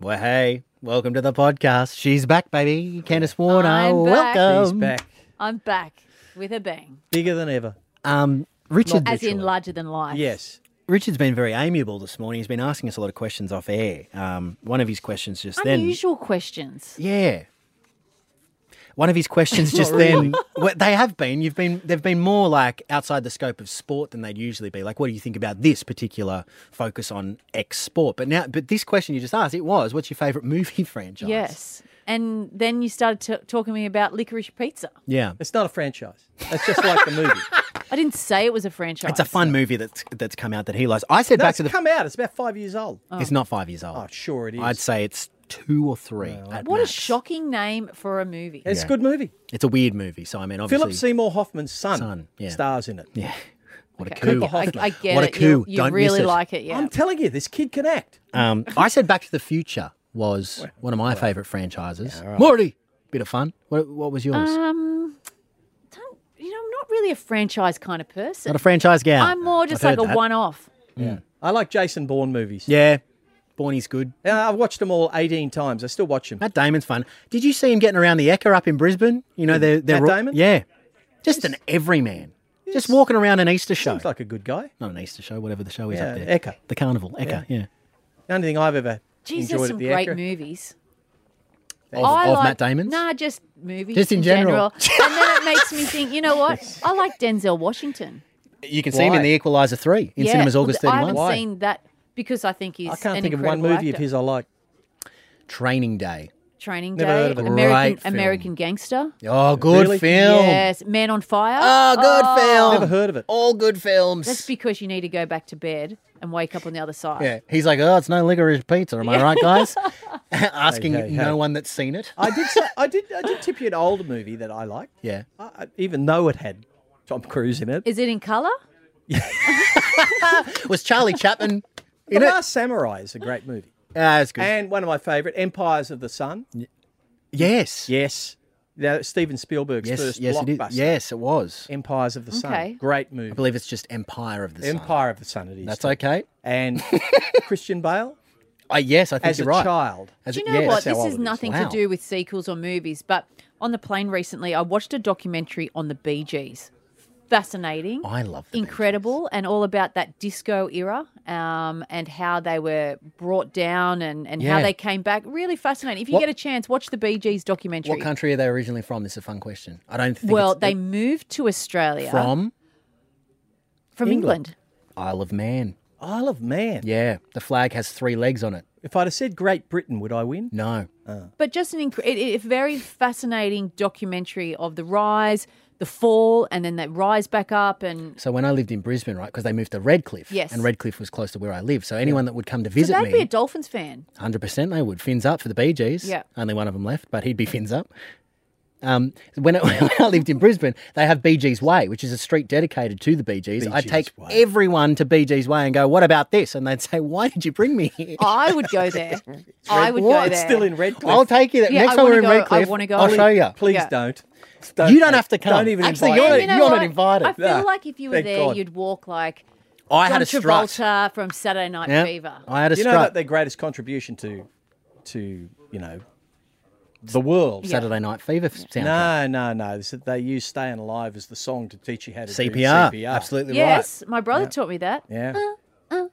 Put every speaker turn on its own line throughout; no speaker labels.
Well, hey, welcome to the podcast. She's back, baby. Candice Warner,
I'm back.
welcome.
He's back.
I'm back with a bang,
Mm. Bigger than ever.
Um, Richard,
as in larger than life.
Yes.
Richard's been very amiable this morning. He's been asking us a lot of questions off air. Um, one of his questions just then.
Unusual questions.
Yeah. One of his questions just then. Well, they have been. You've been. They've been more like outside the scope of sport than they'd usually be. Like, what do you think about this particular focus on X sport? But now, but this question you just asked, it was, what's your favourite movie franchise?
Yes. And then you started t- talking to me about licorice pizza.
Yeah.
It's not a franchise. That's just like the movie.
I didn't say it was a franchise.
It's a fun movie that's that's come out that he likes. I said
No,
back
it's
to the.
come out. It's about five years old.
It's not five years old.
Oh, sure it is.
I'd say it's two or three. at
What
max.
a shocking name for a movie.
It's a good movie.
It's a weird movie. So I mean, obviously,
Philip Seymour Hoffman's son,
Son, yeah.
stars in it.
yeah. What a
Okay.
coup!
Cooper
I,
Hoffman.
I get
What a
it. You,
coup.
you
Don't miss
really
it.
like it, yeah.
I'm telling you, this kid can act.
Um, I said Back to the Future was one of my favourite franchises. Morty, bit of fun. What, what was yours?
um, don't, you know, I'm not really a franchise kind of person.
Not a franchise gal.
I'm more just like
I've
a
heard that.
one-off.
I like Jason Bourne movies.
Yeah, Borny's good.
Uh, I've watched them all 18 times. I still watch them.
Matt Damon's fun. Did you see him getting around the Ecker up in Brisbane? You know, they're, they're
Matt Damon?
Yeah, just an everyman. Just walking around an Easter show.
Seems like a good guy.
Not an Easter show, whatever the show is up
Yeah,
there.
Ecker.
The carnival. Ecker, yeah.
The only thing I've ever
Geez,
enjoyed
there's some
at the
great
Acra-
movies.
Of,
I
of
like,
Matt Damon's.
Nah, just movies.
Just in general.
and then it makes me think, you know what? I like Denzel Washington.
You can see him in
Why?
The Equalizer 3 in
yeah,
cinemas August
I
31.
haven't
Why?
seen that because I think he's
I can't
an
think of one
incredible
movie of
actor.
his I like.
Training Day.
Training
Never
Day,
heard of it.
Great
American
film.
American Gangster.
Oh, good
Really?
film.
Yes, Man on Fire.
Oh, good film.
Never heard of it.
All good films.
That's because you need to go back to bed and wake up on the other side.
yeah. He's like, oh, it's no licorice pizza. Am I right, guys? Asking
Hey, hey,
no
hey.
one that's seen it.
I did. Say, I did. I did tip you an older movie that I like.
Yeah.
I, I, even though it had Tom Cruise in it.
Is it in color?
Was Charlie Chaplin
the
in it?
Last Samurai is a great movie,
Ah, it's good.
and one of my favourite, Empires of the Sun.
yes.
Yes, now, Steven Spielberg's
Yes,
first
yes, it
blockbuster.
is. Yes, it was.
Empires of the Sun.
Okay.
Great
I
movie.
believe it's just Empire of the Sun.
Empire of the Sun. It is.
That's okay.
And Christian Bale
Uh, yes, I think
as a
you're right.
child.
As
Do
it-
you know
yes, that's
what?
how
This
old
is
it
nothing
Wow.
to do with sequels or movies, but on the plane recently, I watched a documentary on the Bee Gees. Fascinating.
I love the Bee Gees.
Incredible, and all about that disco era um, and how they were brought down and, and how
Yeah.
they came back. Really fascinating. If you
What-
get a chance, watch the Bee Gees documentary.
What country are they originally from? This is a fun question. I don't think
well,
it's
they moved to Australia
from
from England.
Isle of Man.
Isle of Man.
Yeah, the flag has three legs on it.
If I'd have said Great Britain, would I win?
No.
but just an inc- it, it, a very fascinating documentary of the rise, the fall, and then they rise back up. And
So when I lived in Brisbane, right, because they moved to Redcliffe.
Yes.
And Redcliffe was close to where I live. So anyone that would come to
so
visit
that'd be a
me,
Dolphins fan.
100% they would. Fins up for the Bee Gees.
Yeah.
Only one of them left, but he'd be fins up. Um, when, I, when I lived in Brisbane, they have Bee Gees Way, which is a street dedicated to the Bee Gees. I'd
Gees
take
Way.
everyone to Bee Gees Way and go, what about this? And they'd say, why did you bring me here?
I would go there. I would
What?
go
It's
there.
still in Redcliffe.
I'll take you there.
Yeah,
Next
I
time we're in
wanna go- I
Redcliffe,
wanna go.
I'll show you.
Please
Yeah.
don't.
You don't have to come.
Don't even
Actually,
invite
you're-
me.
And you know
not
what?
invited.
I feel
No.
like if you were
Thank
there,
God.
you'd walk like
I
John
had a strut.
Travolta from Saturday Night
Yeah.
Fever.
I had a
You know
strut.
that their greatest contribution to, to you know, the world.
Saturday Night Fever soundtrack.
No, no, no. This- They use "Staying Alive" as the song to teach you how to
CPR.
do CPR.
Absolutely
yes, my brother taught me that.
Yeah.
Uh.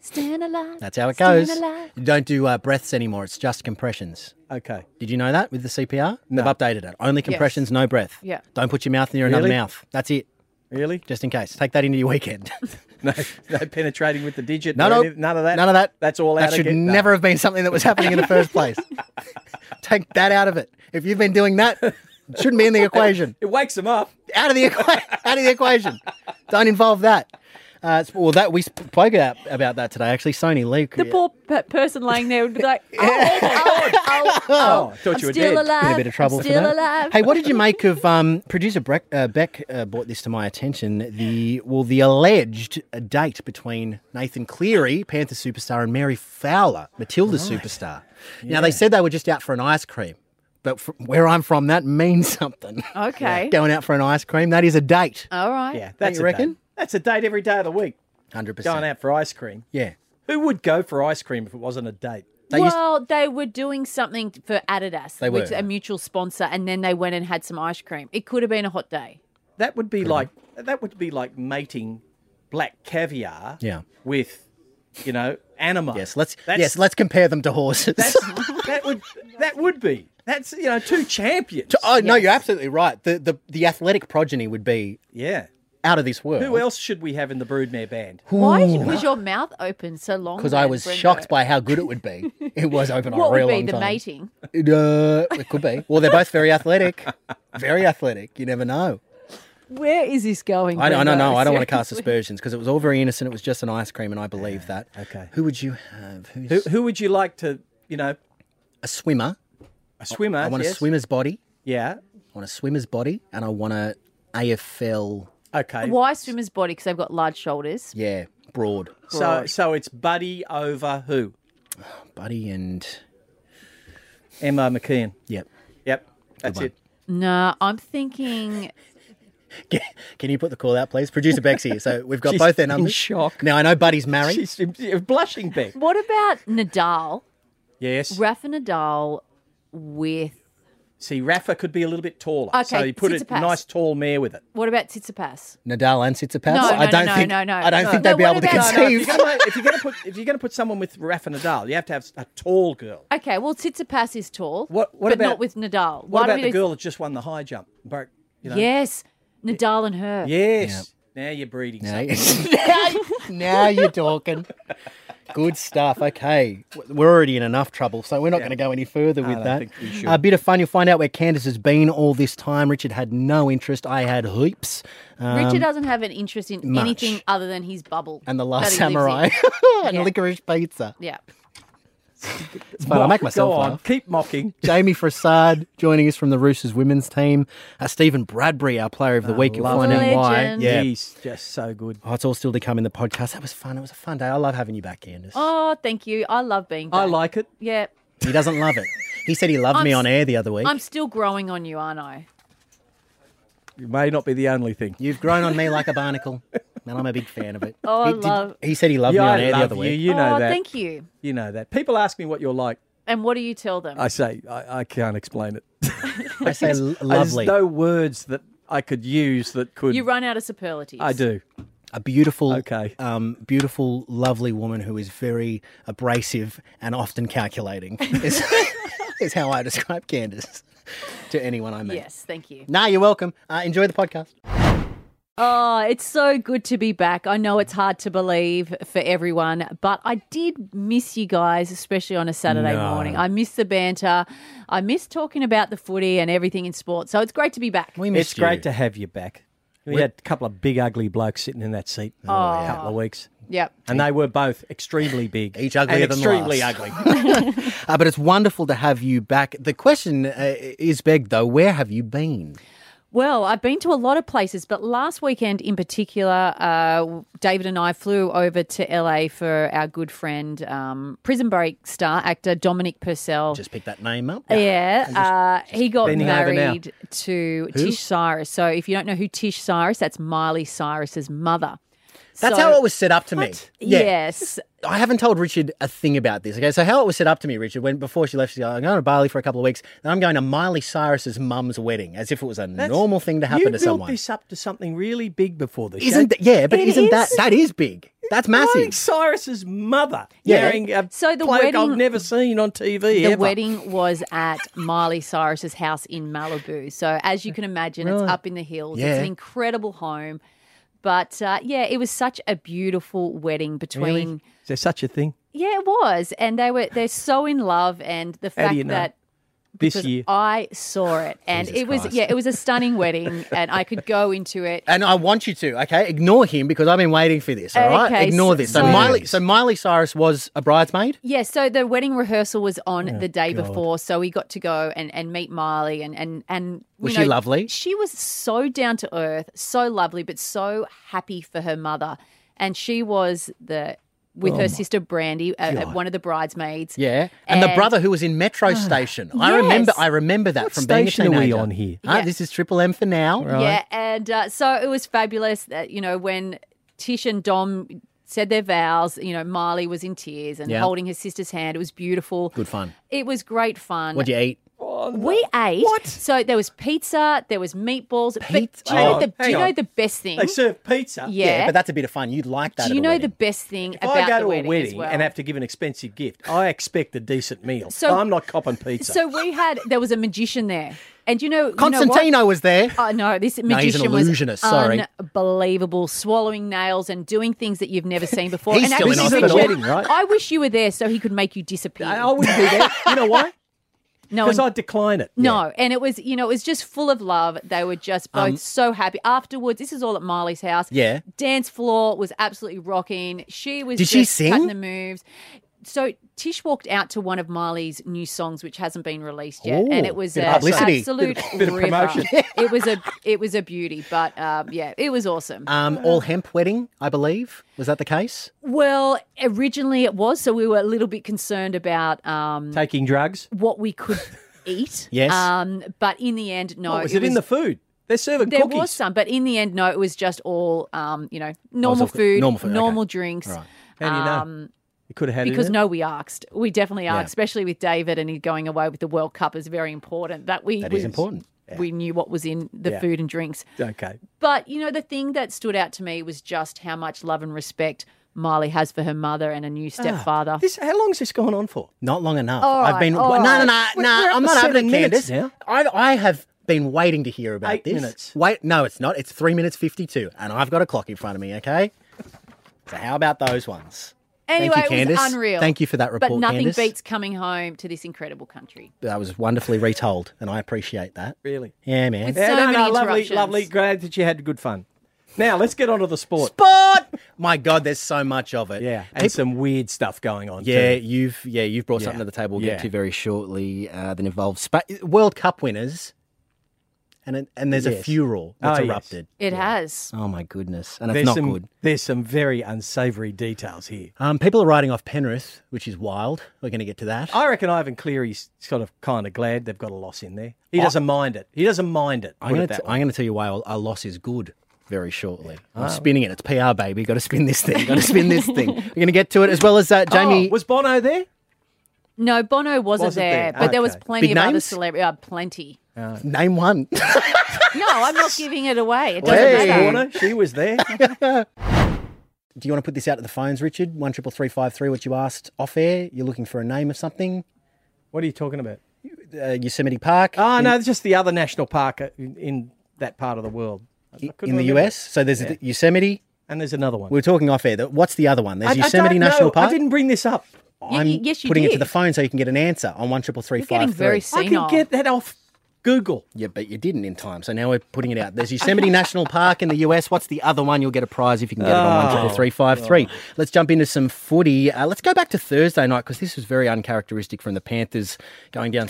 Stand alive.
That's how it
stand
goes.
alive.
You don't do uh, breaths anymore. It's just compressions.
Okay.
Did you know that with the CPR?
No.
They've updated it. Only compressions, no breath.
Yeah.
Don't put your mouth near another
Really?
mouth. That's it.
Really?
Just in case. Take that into your weekend.
No, no penetrating with the digit.
No,
or
no.
any- none of that.
None of that.
That's all out
That
of
should
get- no.
never have been something that was happening in the first place. Take that out of it. If you've been doing that, it shouldn't be in the equation.
It wakes them up.
out of the equa- out of the equation. Don't involve that. Uh, it's- well, that we spoke about, about that today. Actually, Sony Luke.
The poor pe- person laying there would be like, oh, oh, oh, oh,
Oh, I thought
I'm
you
still
were dead.
alive.
in a bit of trouble
I'm
for
still
that.
alive.
Hey, what did you make of um, producer Breck, uh, Beck? Uh, brought this to my attention. The well, the alleged date between Nathan Cleary, Panther superstar, and Mary Fowler, Matilda superstar. Now they said they were just out for an ice cream, but from where I'm from, that means something.
Okay. Uh,
Going out for an ice cream, that is a date.
All right.
Yeah, that's
you
a
reckon?
Date. That's a date every day of the week.
Hundred percent.
Going out for ice cream.
Yeah.
Who would go for ice cream if it wasn't a date?
They used,
well, they were doing something for Adidas,
They
which
were.
a mutual sponsor, and then they went and had some ice cream. It could have been a hot day.
That would be like that would be like mating black caviar
Yeah.
with you know anima.
yes, let's
That's-
yes, let's compare them to horses.
that's- that would that would be that's you know two champions.
oh no,
yes.
you're absolutely right. The, the the athletic progeny would be
yeah.
out of this world.
Who else should we have in the Broodmare band?
Why was your mouth open so long?
Because I
then,
was
Brenda?
shocked by how good it would be. It was open on
what
a real
would be
long
the
time.
mating.
It, uh, it could be. Well, they're both very athletic. Very athletic. You never know.
Where is this going?
I, I
Brenda?
don't know. I don't want to cast
Seriously.
aspersions because it was all very innocent. It was just an ice cream, and I believe that.
okay.
Who would you have? Who's
Who, who would you like to you know
a swimmer?
a swimmer?
I want a
yes?
swimmer's body.
Yeah.
I want a swimmer's body, and I want a AFL.
Okay.
Why swimmer's body? Because they've got large shoulders.
Yeah, broad
So so it's Buddy over who?
buddy, and
Emma McKeon.
yep.
Yep. That's
one.
it.
No, I'm thinking
Can you put the call out, please? Producer Beck's here, so we've got
She's
both their
in
numbers.
shock.
Now I know Buddy's married.
She's you're blushing, Beck.
What about Nadal?
Yes.
Rafa Nadal with
See, Rafa could be a little bit taller.
Okay,
so you put a
Tsitsipas.
nice tall mare with it.
what about Tsitsipas?
Nadal and Tsitsipas.
No,
I
no,
don't
no,
think.
no, no,
I don't
no.
think
No,
they'd be
what
able to
about-
No, if you're
conceive.
gonna make- if you're going to put if you're going to put someone with Rafa Nadal, you have to have a tall girl.
Okay, well Tsitsipas is tall.
What- what
but
about-
not with Nadal?
What about
do
the girl that just won the high jump? Broke, you know?
Yes, Nadal and her.
Yes. Now you're breeding.
No,
something.
you- now you're talking. Good stuff. Okay. We're already in enough trouble, so we're not going to go any further with
don't
that.
think we should.
A bit of fun. You'll find out where Candace has been all this time. Richard had no interest. I had heaps. Um,
Richard doesn't have an interest in
much.
anything other than his bubble
and The
that
Last
he lives in.
Samurai and
Yeah.
licorice pizza.
Yeah.
It's fun. I
Mock,
make myself
Go on.
laugh.
Keep mocking.
Jamie Frassard joining us from the Roosters women's team. Uh, Stephen Bradbury, our player of the week. You'll
love
find out
him.
why.
Uh, Legend.
Yeah.
He's just so good.
Oh, it's all still to come in the podcast. That was fun. It was a fun day. I love having you back, Candace.
Oh, thank you. I love being. Back.
I like it.
Yeah.
He doesn't love it. He said he loved
I'm
me
s-
on air the other week.
I'm still growing on you, aren't I?
You may not be the only thing.
You've grown on me like a barnacle, and I'm a big fan of it.
Oh, I
he, did-
love-
he said he loved
yeah,
me on
I
air the
love
other
you.
week.
You know
oh,
that.
thank you.
You know that. People ask me what you're like.
And what do you tell them?
I say I, I can't explain it.
I say l-
There's
lovely,
no words that I could use that could.
you run out of superlatives.
I do.
a beautiful,
Okay.
um, beautiful, lovely woman who is very abrasive and often calculating. Is, is how I describe Candace to anyone I meet.
Yes, thank you.
Nah, you're welcome. Uh, enjoy the podcast.
Oh, it's so good to be back. I know it's hard to believe for everyone, but I did miss you guys, especially on a Saturday morning. I miss the banter. I miss talking about the footy and everything in sport. So it's great to be back.
We
It's
missed you.
great to have you back. We had a couple of big, ugly blokes sitting in that seat
Oh,
a couple of weeks,
yep.
and they were both extremely big,
Each uglier
and
than
extremely
last.
ugly.
Uh, but it's wonderful to have you back. The question uh, is begged though: Where have you been?
Well, I've been to a lot of places, but last weekend in particular, uh, David and I flew over to LA for our good friend, um, Prison Break star actor Dominic Purcell.
Just pick that name up.
Yeah, uh, he got
bending over now.
married to Tish Cyrus. So if you don't know who Tish Cyrus, that's Miley Cyrus's mother.
That's
So-
how it was set up to me.
Yes.
I haven't told Richard a thing about this. Okay, so how it was set up to me, Richard, when before she left, she said, I'm going to Bali for a couple of weeks, then I'm going to Miley Cyrus's mum's wedding, as if it was a normal thing to happen
you
to
built
someone.
this up to something really big before this.
Isn't that, yeah, but
It
is isn't that
is.
that is big? That's
Miley
massive.
Cyrus's mother
Yeah.
marrying a
So the
bloke
wedding-
I've never seen on TV.
The
ever.
wedding was at Miley Cyrus's house in Malibu. So as you can imagine, it's up in the hills.
Yeah.
It's an incredible home. But uh, yeah, it was such a beautiful wedding between.
Really? Is there such a thing
Yeah, it was, and they were they're so in love, and the
do
fact
you know?
that
this
because
year?
I saw it, and
Jesus
it was
Christ.
yeah, it was a stunning wedding, and I could go into it.
And I want you to, okay? Ignore him because I've been waiting for this, all right?
Okay,
Ignore
so-
this. So
so-
Miley so Miley Cyrus was a bridesmaid?
Yeah, so the wedding rehearsal was on
Oh,
the day before, so we got to go and, and meet Miley and and and you
Was she
know,
lovely?
She was so down to earth, so lovely, but so happy for her mother, and she was the with her sister Brandy, uh, uh, one of the bridesmaids.
Oh Yeah. And, the
And-
brother who was in Metro Station. I
Yes.
remember I remember that from being a
Ah, station are we
teenager.
on here?
Ah,
Yeah.
this is Triple M for now.
Yeah, and uh, so it was fabulous that you know when Tish and Dom said their vows. You know, Miley was in tears and
Yeah.
holding his sister's hand. It was beautiful.
Good fun.
It was great fun.
What'd you eat?
we ate. Oh, What? So there was pizza, there was meatballs.
Pizza?
But do you know,
Oh,
the, do
hang
you know
on.
the best thing?
They serve pizza.
yeah.
but that's a bit of fun. You'd like that.
do
at
you
a
know the
wedding.
best thing
If
about
I go
the
to
wedding,
a
as
wedding
well?
and have to give an expensive gift, I expect a decent meal.
So-
I'm not copping pizza.
So we had there was a magician there, and you know You know
Constantino
what?
was there.
Oh, no, this
No, he's
magician
an illusionist,
was
sorry.
unbelievable, swallowing nails and doing things that you've never seen before.
He's
and
still in
actually,
hospital.
Richard,
Wedding, right?
I wish you were there so he could make you disappear.
I, I wouldn't be there. You know why?
no,
Because
and-
I decline it.
no, and it was you know it was just full of love. They were just both so happy afterwards. This is all at Marley's house.
Um, Yeah.
dance floor was absolutely rocking. She was
Did
just
she sing?
cutting the moves. So Tish walked out to one of Marley's new songs, which hasn't been released yet,
Ooh,
and it was
bit
an
of publicity.
absolute
bit of
river.
promotion.
it was a it was a beauty, but um, yeah, it was awesome.
Um, all hemp wedding, I believe. Was that the case?
well, originally it was, so we were a little bit concerned about um,
Taking drugs.
what we could eat.
Yes.
um, but in the end, no,
Oh, is it, in the food? They're serving
There
cookies.
was some, but in the end, no, it was just all, um,
Oh,
you know, normal
all-
food,
normal food, okay.
drinks.
All right.
How do you know? you could have had
um, Because
it. in
no, we asked. We definitely asked,
Yeah.
especially with David and he going away with the World Cup is very important. That we
That
we,
is important.
We knew what was in the
Yeah.
food and drinks.
it? Okay.
But you know, the thing that stood out to me was just how much love and respect Miley has for her mother and a
Ah,
new stepfather.
This, how long has this gone on for?
Not long enough.
All
I've
right,
been.
all
no, no, no,
right.
no.
we're up
I'm
to
not having it,
seven minutes
Candace.
now.
I, I have been waiting to hear about
Eight
this.
minutes.
Wait, no, it's not. It's three minutes fifty-two, and I've got a clock in front of me. Okay. So how about those ones?
anyway,
Thank you,
it
Candace.
was unreal.
Thank you for that
But
report,
nothing
Candace.
beats coming home to this incredible country.
That was wonderfully retold, and I appreciate that.
Really?
Yeah, man.
It's- So many
lovely,
interruptions.
lovely. Glad that you had good fun. Now let's get on to the sport.
Sport. My God, there's so much of it.
Yeah, and
People-
some weird stuff going on.
Yeah,
too.
you've yeah you've brought something
Yeah.
to the table. We'll get
Yeah.
to very shortly uh, that involves spa- World Cup winners, and it, and there's a
Yes.
furor that's
Oh, yes.
erupted.
It has.
Oh my goodness, and it's
there's
not
some
good.
there's some very unsavoury details here.
Um, people are writing off Penrith, which is wild. We're going to get to that.
I reckon Ivan Cleary's sort of kind of glad they've got a loss in there. He doesn't mind it. He doesn't mind it.
I'm
put
going
it
to
that way.
I'm going to tell you why our, our loss is good. Very shortly, I'm spinning it. It's PR, baby. Got to spin this thing. Got to spin this thing. We're going to get to it as well as uh, Jamie.
Oh, was Bono there?
No, Bono wasn't,
Wasn't
there,
there.
but there was
Okay.
plenty
Big
of other
names?
celebrities. Uh, plenty.
name one.
No, I'm not giving it away. It doesn't
Hey.
matter.
Warner, she was there.
Do you want to put this out to the phones, Richard? One triple three five three. What you asked off air? You're looking for a name of something.
what are you talking about?
Uh, Yosemite Park.
Oh no, it's just the other national park uh, in, in that part of the world. I couldn't
in the
remember.
US. So there's the Yosemite.
and there's another one.
We were talking off air. that- What's the other one? There's
I- I
Yosemite
don't know.
National Park.
I didn't bring this up.
Y-
am
y- yes, you
putting it to
did.
the phone so you can get an answer on one triple three
You're getting
five
very
three.
sensitive.
I
Senile.
can get that off Google.
Yeah, but you didn't in time. So now we're putting it out. There's Yosemite National Park in the US. What's the other one? You'll get a prize if you can get it on
Ah.
one triple three five three. Let's jump into some footy. Uh, let's go back to Thursday night because this was very uncharacteristic from the Panthers going down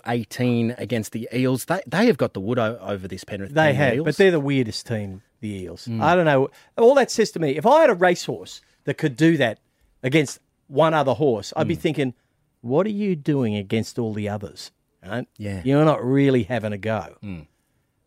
32-18 against the Eels. They, they have got the wood o- over this Penrith.
They
team, the
have,
Eels. Mm.
but they're the weirdest team, the Eels. I don't know. All that says to me, if I had a racehorse that could do that against one other horse,
Mm.
I'd be thinking, what are you doing against all the others? Right?
Yeah. Mm.
You're not really having a go.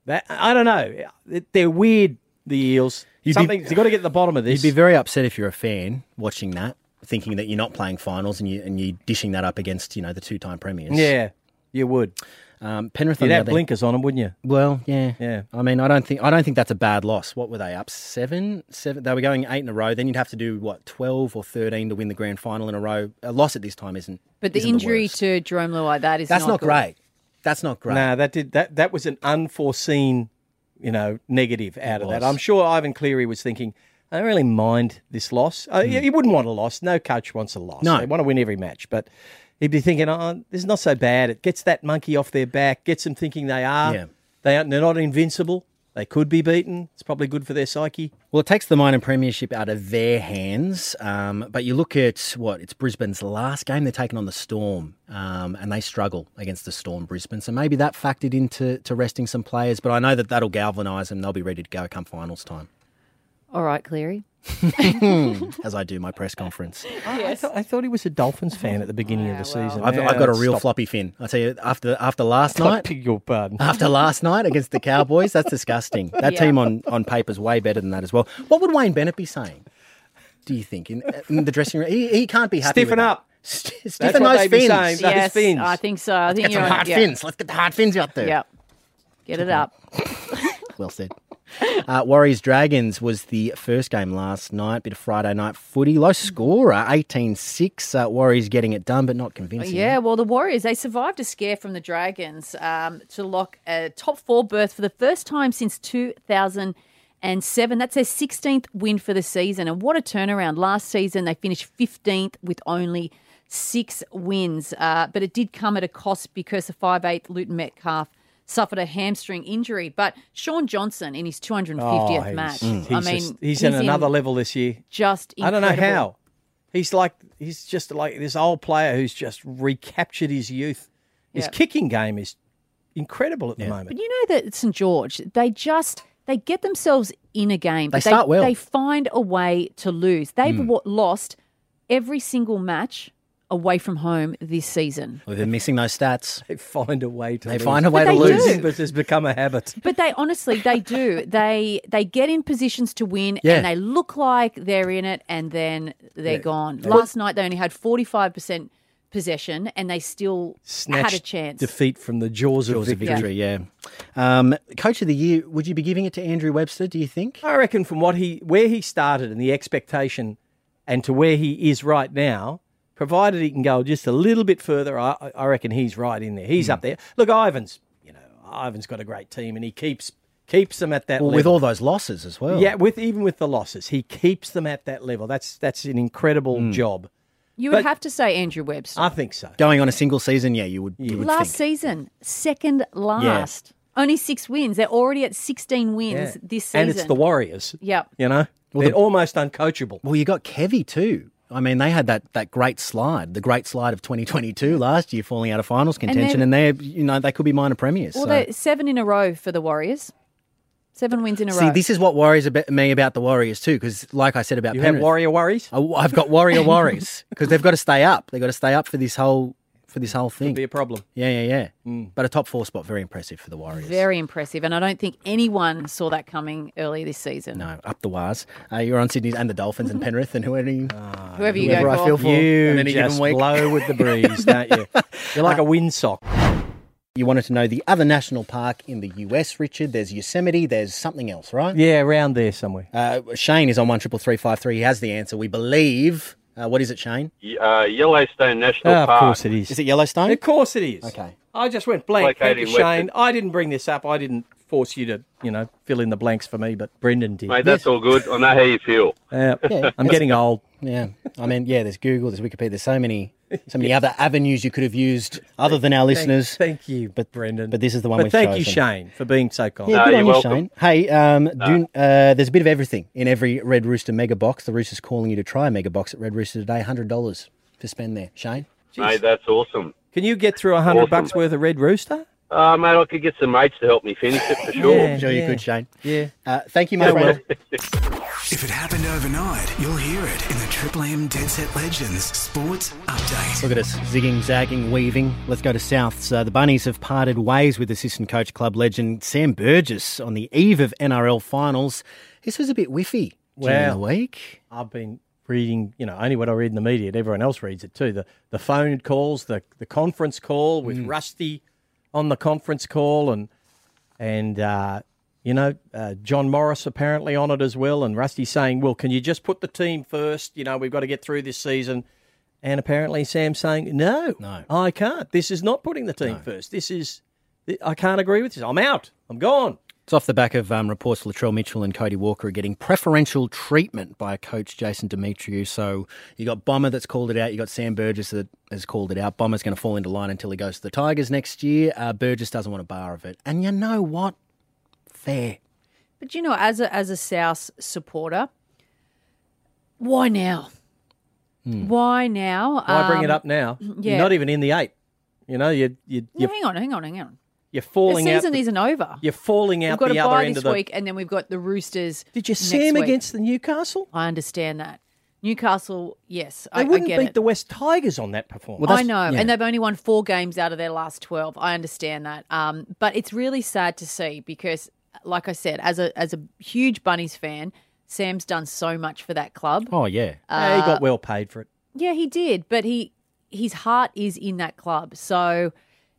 That I don't know. They're weird, the Eels.
be-
Something, you've got to get to the bottom of this.
You'd be very upset if you're a fan watching that, thinking that you're not playing finals and you and you dishing that up against you know the two-time premiers.
yeah, you would.
um, Penrith. on
You'd
the
have
other-
blinkers on them, wouldn't you?
Well, yeah,
Yeah.
I mean, I don't think I don't think that's a bad loss. What were they up seven? Seven. They were going eight in a row. Then you'd have to do what twelve or thirteen to win the grand final in a row. A loss at this time isn't.
But the
isn't
injury
worst.
to Jerome Luai, that is
that's not,
good.
great. That's not great.
No, that did that. That was an unforeseen, you know, negative out of that. I'm sure Ivan Cleary was thinking, I don't really mind this loss. Uh, he- He wouldn't want a loss. No coach wants a loss.
Hmm. No.
they want to win every match, but. He'd be thinking, oh, this is not so bad. It gets that monkey off their back, gets them thinking they are.
Yeah.
They aren't, they're not invincible. They could be beaten. It's probably good for their psyche.
Well, it takes the minor premiership out of their hands. Um, but you look at what it's Brisbane's last game; they're taking on the Storm, um, and they struggle against the Storm Brisbane. So maybe that factored into to resting some players. But I know that that'll galvanise them; they'll be ready to go come finals time,
All right, Cleary.
as I do my press conference.
I, thought, I thought he was a Dolphins fan at the beginning of the
Oh, Yeah, well.
season.
I've,
Now
I've got a real
stop-
floppy fin. I tell you, after after last
stop,
night,
beg your pardon.
after last night against the Cowboys, that's disgusting. That
Yeah.
team on on paper's way better than that as well. What would Wayne Bennett be saying? do you think in, in the dressing room? He, he can't be happy. with
Stiffen
that.
up.
St-
That's
Stiffen
what
those
they be
fins.
saying. Those
yes,
fins.
I think so. I think
Get
you're
some
right.
hard
yeah.
fins. Let's get the hard fins out there.
Yeah. Get it up.
Well said. Uh, Warriors Dragons was the first game last night, bit of Friday night footy. Low scorer, 18 6. Uh, Warriors getting it done, but not convincing.
Yeah, well, the Warriors, they survived a scare from the Dragons um, to lock a top four berth for the first time since 2007. That's their 16th win for the season. And what a turnaround. Last season, they finished 15th with only six wins. Uh, but it did come at a cost because the 5'8 Luton Metcalf suffered a hamstring injury. But Sean Johnson in his 250th match,
Oh, he's, Mm.
I
he's
mean,
just- he's in another level this year.
Just
I don't know
incredible.
how. He's like he's just like this old player who's just recaptured his youth. His
Yeah.
kicking game is incredible at the moment.
But you know that St George, they just they get themselves in a game. but
They start well. Hmm.
They find a way to lose. They've wa- lost every single match away from home this season.
We've been missing those stats.
They find a way to
They
lose.
find a way
But
to
they
lose.
do.
Losing has become a habit.
But they honestly, they do. They they get in positions to win,
Yeah.
and they look like they're in it, and then they're gone. Last night they only had forty five percent possession, and they still
Snatched
had a chance.
defeat from the jaws,
It was a
of victory.
victory, yeah. Um, Coach of the year, would you be giving it to Andrew Webster, do you think?
I reckon from what he where he started and the expectation, and to where he is right now, provided he can go just a little bit further, I, I- I reckon he's right in there.
Hmm.
He's up there. Look, Ivan's, you know, Ivan's got a great team, and he keeps keeps them at that
Well,
level.
with all those losses as well.
Yeah, with even with the losses, he keeps them at that level. That's that's an incredible job.
you would
but-
have to say Andrew Webster.
I think so.
Going on a single season, yeah, you would, you would
last
think.
season, second last. Only six wins. They're already at 16 wins
Yeah.
this season.
and it's the Warriors.
Yep.
You know, they're almost uncoachable.
Well, you got Kevy too. I mean, they had that, that great slide, the great slide of 2022 last year, falling out of finals contention, and,
then-
they, you know, they could be minor premiers.
Well,
so.
they're seven in a row for the Warriors. Seven wins in a
See,
row.
this is what worries about me about the Warriors too, because like I said about
You have
Penrith,
warrior worries.
I, have got warrior worries because they've got to stay up. They've got to stay up for this whole for this whole thing.
Be a problem.
yeah, yeah, yeah. But a top four spot, very impressive for the Warriors.
Very impressive. And I don't think anyone saw that coming early this season.
no, up the wires. Uh, you're on Sydney's and the Dolphins and Penrith and whoever, you-
Whoever you
whoever
go
I
for.
feel for
You
on any given
just
week.
blow with the breeze, don't you? You're like a windsock.
You wanted to know the other national park in the US, Richard. There's Yosemite. There's something else, right?
Yeah, around there somewhere.
Uh, Shane is on one triple three five three. He has the answer. We believe. Uh, what is it, Shane?
uh, Yellowstone National
Ah, of
Park.
course it is.
Is it Yellowstone?
Of course it is.
Okay.
I just went blank. Thank you,
Located in Western-
Shane. I didn't bring this up. I didn't force you to, you know, fill in the blanks for me, but Brendan did.
Mate, that's all good. I know how you feel.
Uh, I'm getting old.
Yeah, I mean, yeah. There's Google, there's Wikipedia. There's so many, so many other avenues you could have used other than our listeners.
Thank, thank you, but Brendan.
but this is the one
But
we've
thank you,
chosen.
Shane, for being so kind.
Yeah, good
you're
on you,
welcome.
Shane. Hey, um, do, uh, there's a bit of everything in every Red Rooster mega box. The Rooster's calling you to try a mega box at Red Rooster today. Hundred dollars to spend there, Shane.
Mate, that's awesome.
Can you get through a hundred
Awesome.
bucks worth of Red Rooster?
Uh, mate, I could get some mates to help me finish it for sure.
Yeah.
sure you could, Shane.
Yeah.
Uh, thank you, my friend.
well.
If it happened overnight, you'll hear it in the Triple M Dead Set Legends Sports Update.
Look at us zigging, zagging, weaving. Let's go to Souths. Uh, the Bunnies have parted ways with assistant coach club legend Sam Burgess on the eve of NRL finals. This was a bit whiffy during
Wow.
the week.
I've been reading, you know, only what I read in the media. and Everyone else reads it too. The the phone calls, the the conference call with Rusty on the conference call, and and uh, you know uh, John Morris apparently on it as well, and Rusty saying, "Well, can you just put the team first? You know, we've got to get through this season." And apparently Sam's saying, "No,
No.
I can't. This is not putting the team first. This is." I can't agree with this. I'm out. I'm gone.
It's off the back of um, reports Latrell Mitchell and Cody Walker are getting preferential treatment by coach Jason Demetriou. So you got Bomber that's called it out. You got Sam Burgess that has called it out. Bomber's going to fall into line until he goes to the Tigers next year. Uh, Burgess doesn't want a bar of it. And you know what? Fair.
But you know, as a as a South supporter, why now? Why now?
Hmm. Why bring
Um,
it up now?
yeah.
You're not even in the eight. You know, you you
no,
you
hang on, hang on, hang on.
You're
The
falling out.
season
The,
isn't over.
you're falling
We've
out
got a
the other
bye
end
this
of the.
week, and then we've got the Roosters.
Did you see
next
him
week.
against the Newcastle?
I understand that. Newcastle, yes,
They
I, I
wouldn't
get
beat
it.
the West Tigers on that performance.
Well, that's-
I know,
yeah.
and they've only won four games out of their last twelve. I understand that, um, but it's really sad to see because, like I said, as a as a huge Bunnies fan, Sam's done so much for that club.
Oh yeah.
Yeah, he
uh,
got well paid for it.
Yeah, he did, but he his heart is in that club. So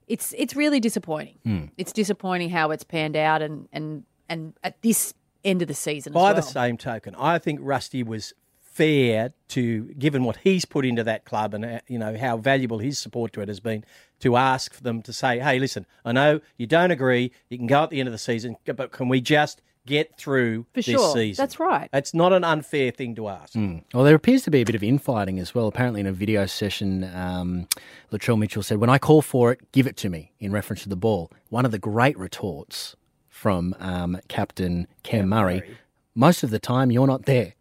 it's it's really disappointing.
Hmm.
It's disappointing how it's panned out and and and at this end of the season
By the
as well.
same token, I think Rusty was fair to, given what he's put into that club and uh, you know how valuable his support to it has been, to ask for them to say, "Hey, listen, I know you don't agree. You can go at the end of the season, but can we just get through
For
this
sure.
season?"
That's right.
It's not an unfair thing to ask.
Well, there appears to be a bit of infighting as well. Apparently, in a video session, um, Latrell Mitchell said, "When I call for it, give it to me." In reference to the ball, one of the great retorts from um, Captain Cam Murray: "Most of the time, you're not there."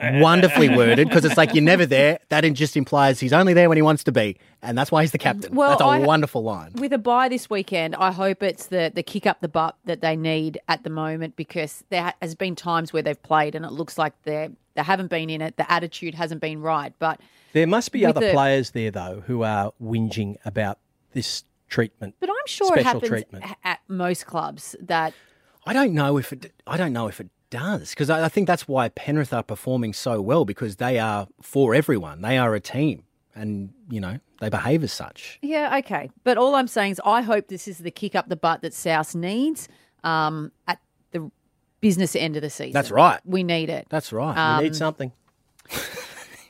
Wonderfully worded because it's like you're never there. That in- just implies he's only there when he wants to be, and that's why he's the captain.
Well,
that's a
I-
wonderful line.
With a bye this weekend, I hope it's the the kick up the butt that they need at the moment because there ha- has been times where they've played and it looks like they they haven't been in it. The attitude hasn't been right, but
There must be
With
other
the-
players there though who are whinging about this treatment.
but I'm sure it
Special
happens
treatment.
a- at most clubs that
I don't know if it. I don't know if it does because I, I think that's why Penrith are performing so well because they are for everyone. They are a team, and you know they behave as such.
Yeah, okay. But all I'm saying is, I hope this is the kick up the butt that South needs um, at the business end of the season.
That's right.
We need it.
That's right.
You need something.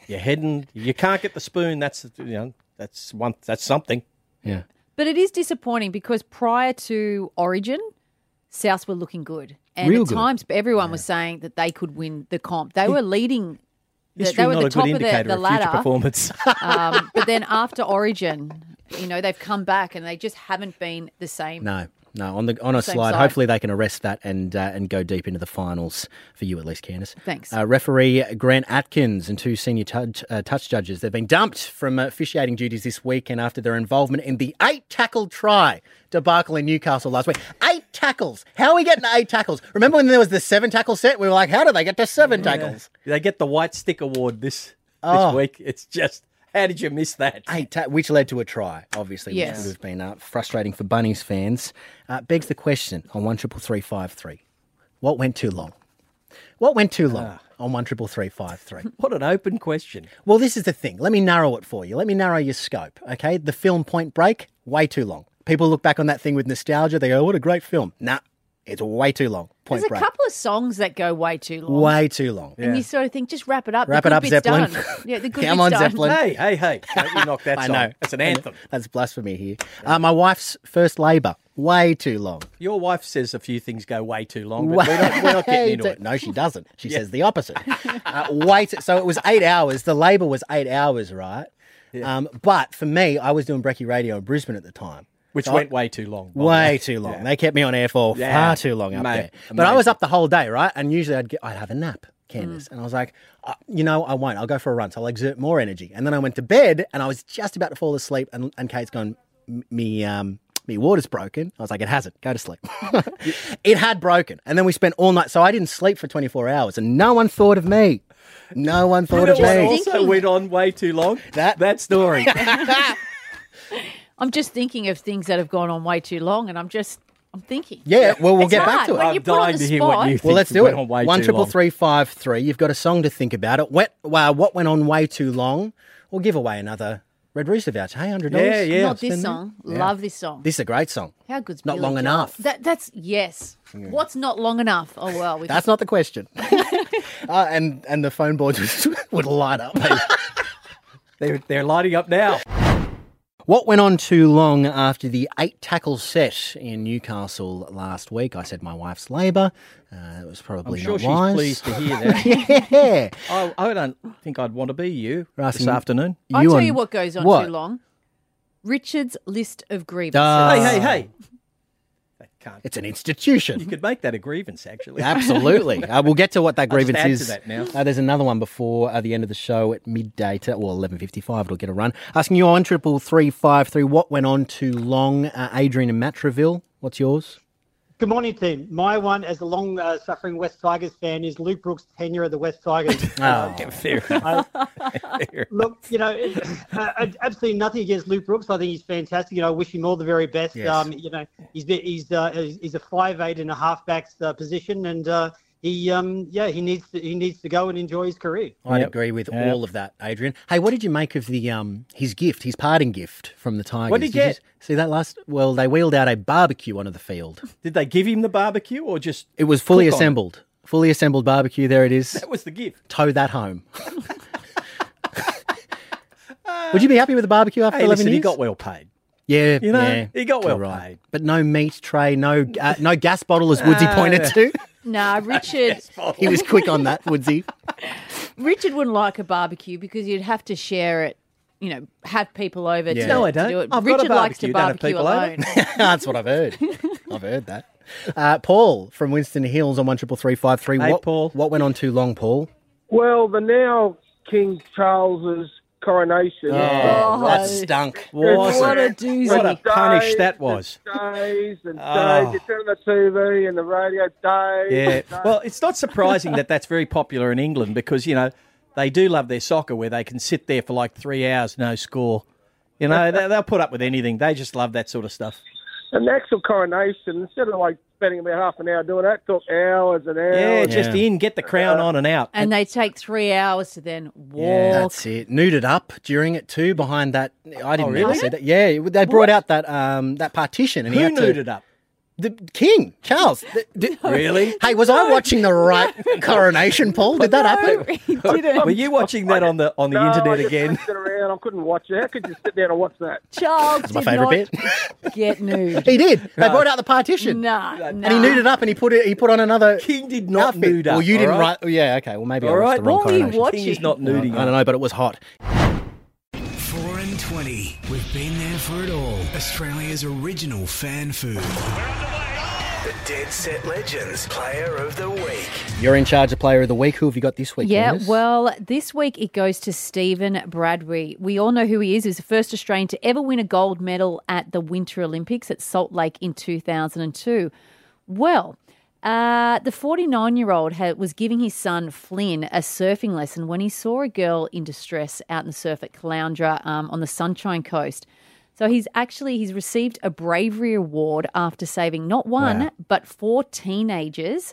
You're heading. You can't get the spoon. That's you know. That's one. That's something.
yeah.
But it is disappointing because prior to Origin, South were looking good. And
Real
at
good.
times, everyone was saying that they could win the comp. They were leading. the-
History
they were
not
at the
a
top
good
of the,
indicator
the
of future
ladder.
performance.
um, but then after Origin, you know, they've come back and they just haven't been the same.
No. No. On the on a
Same
slide.
side.
Hopefully they can arrest that and uh, and go deep into the finals for you at least, Candice.
Thanks.
Uh, referee Grant Atkins and two senior touch, uh, touch judges. They've been dumped from uh, officiating duties this weekend after their involvement in the eight tackle try debacle in Newcastle last week. Eight tackles. How are we getting to eight tackles? Remember when there was the seven tackle set? We were like, how do they get to seven tackles?
they get the White Stick Award this this
Oh.
week. It's just how did you miss that?
Eight, ta- which led to a try, obviously,
Yes.
which would have been uh, frustrating for Bunnies fans. Uh, begs the question on one triple three five three, what went too long? What went too long
Ah.
on one triple three five three?
What an open question.
Well, this is the thing. Let me narrow it for you. Let me narrow your scope. Okay, the film Point Break way too long. People look back on that thing with nostalgia. They go, "Oh, "What a great film!" Nah, it's way too long. Point
There's a
Break,
couple of songs that go way too long.
way too long.
And you sort of think, just wrap it up. The
Wrap it
good
up,
bit's
Zeppelin.
Done. Yeah, the good
Come
bit's
on,
done.
Zeppelin.
Hey, hey, hey! Don't you knock that
I
song.
know
That's an anthem.
That's blasphemy here. Uh, my wife's first labour, way too long.
Your wife says a few things go way too long, but we're not, we're not getting into
Wait,
it.
No, she doesn't. She says the opposite. uh, wait, so it was eight hours. The labour was eight hours, right? Um, but for me, I was doing Brekkie Radio in Brisbane at the time.
Which went way too long. by the
Way too long. They kept me on air for
Yeah.
far too long up
Mate,
there. But I was
amazing. Mm.
up the whole day, right? And usually I'd get, I'd have a nap, Candace, and I was like, uh, you know, I won't. I'll go for a run. So I'll exert more energy. And then I went to bed, and I was just about to fall asleep, and, and Kate's gone, "M- me, um, me water's broken. I was like, it hasn't. Go to sleep. it had broken, and then we spent all night. So I didn't sleep for 24 hours, and no one thought of me. No one
You
thought
know
of
what
me.
also went on way too long?
That-
that story.
I'm just thinking of things that have gone on way too long, and I'm just, I'm thinking.
Yeah, well, we'll
It's
get back
hard
to it.
when you
I'm
put on
dying
the
to hear what
spot.
you think.
Well, let's do
went
it.
on way
One
too
triple
long.
three five three. You've got a song to think about. It. What, wow, what went on way too long? We'll give away another Red Rooster voucher. Hey, hundred dollars.
Yeah, yeah.
Not this song. Love this song.
This is a great song.
How good's
not
Billy
long
Joel?
enough.
That, that's yes. What's not long enough? Oh well, we
That's not the question. uh, and and the phone boards would, would light up.
They're, they're lighting up now.
what went on too long after the eight tackle set in Newcastle last week? I said my wife's labour. Uh, it was probably
I'm sure
not
she's
wise.
pleased to hear that.
yeah.
I, I don't think I'd want to be you
Rasmus.
this afternoon.
I'll tell
and-
you what goes on
what?
too long. Richard's list of grievances.
Ah.
Hey, hey, hey! That can't.
It's an institution.
You could make that a grievance, actually.
Absolutely. Uh, we'll get to what that grievance
add to
is.
that now.
Uh, there's another one before uh, the end of the show at midday, to, well, 11.55, it'll get a run. Asking you on triple three five three. what went on too long? Uh, Adrian and Matraville, what's yours?
Good morning, team. My one, as a long-suffering West Tigers fan, is Luke Brooks' tenure at the West Tigers.
Oh,
Fair enough.
Look, you know, it, uh, absolutely nothing against Luke Brooks. I think he's fantastic. You know, I wish him all the very best.
Yes.
Um, you know, he's been- he's uh, he's he's a five eight in a halfback's uh, position, and uh, he um yeah he needs to he needs to go and enjoy his career.
I'd
Yep.
agree with
Yep.
all of that, Adrian. Hey, what did you make of the um his gift, his parting gift from the Tigers?
did you get?
s- see that last? Well, they wheeled out a barbecue onto the field.
Did they give him the barbecue or just
It was fully
Cook on it.
assembled, fully assembled barbecue. There it is.
that was the gift?
Tow that home. Would you be happy with a barbecue after
Hey,
eleven
listen,
years?
he got well paid.
yeah,
you know,
yeah,
he got well
you're
paid.
but no meat tray, no uh, no gas bottle, as Woodsy pointed to.
Nah, Richard.
He was quick on that, Woodsy.
Richard wouldn't like a barbecue because you'd have to share it. You know, have people over.
Yeah.
To,
No,
I don't.
To do it.
I've got a
Richard likes to
barbecue, don't have
barbecue
people over.
alone.
That's what I've heard. I've heard that. Uh, Paul from Winston Hills on one triple three five three.
Hey,
What
Paul.
What went on too long, Paul?
Well, the now King Charles's coronation.
Oh,
that stunk.
Was
what a
it?
doozy!
What a punish that was.
Days and
Oh.
days. You turn on the TV and the radio. Days.
Yeah. Well, it's not surprising that that's very popular in England because, you know, they do love their soccer where they can sit there for like three hours, no score. You know, they, they'll put up with anything. They just love that sort of stuff.
And the actual coronation, instead of like spending about half an hour doing that, took hours and hours.
Yeah, just
Yeah.
in, get the crown on and out.
and they take three hours to then walk.
That's it. Nuded up during it too. Behind that, I didn't
Oh, really?
really see that. Yeah, it- they brought out that um that partition and he
Who
had to-
nuded up?
the King Charles. The- the-
Really?
Hey, was I watching the right coronation, Paul? Did that happen?
he didn't.
Were you watching that on the on the
No, I
internet
just
again?
flicked it around. I couldn't watch it. How could you sit down and watch that?
Charles
My
did
favourite
not
bit.
get nude.
he did. They brought out the partition.
Nah, nah.
And he nuded up and he put it. He put on another.
King did not
outfit.
nude up.
Well, you
all
didn't
right?
write. oh, Yeah, okay. Well, maybe
All
I watched
right.
the wrong
What were you
coronation.
watching?
King is not nuding.
I don't know, but it was hot.
4 and 20. We've been there for it all. Australia's original fan food. The Dead Set Legends Player of the Week.
You're in charge of player of the week. Who have you got this week?
Yeah,
Candice?
well, this week it goes to Stephen Bradbury. We all know who he is. He was the first Australian to ever win a gold medal at the Winter Olympics at Salt Lake in 2002. Well, uh, the 49 year old had, was giving his son Flynn a surfing lesson when he saw a girl in distress out in the surf at Caloundra um, on the Sunshine Coast. So he's actually he's received a bravery award after saving not one but four teenagers.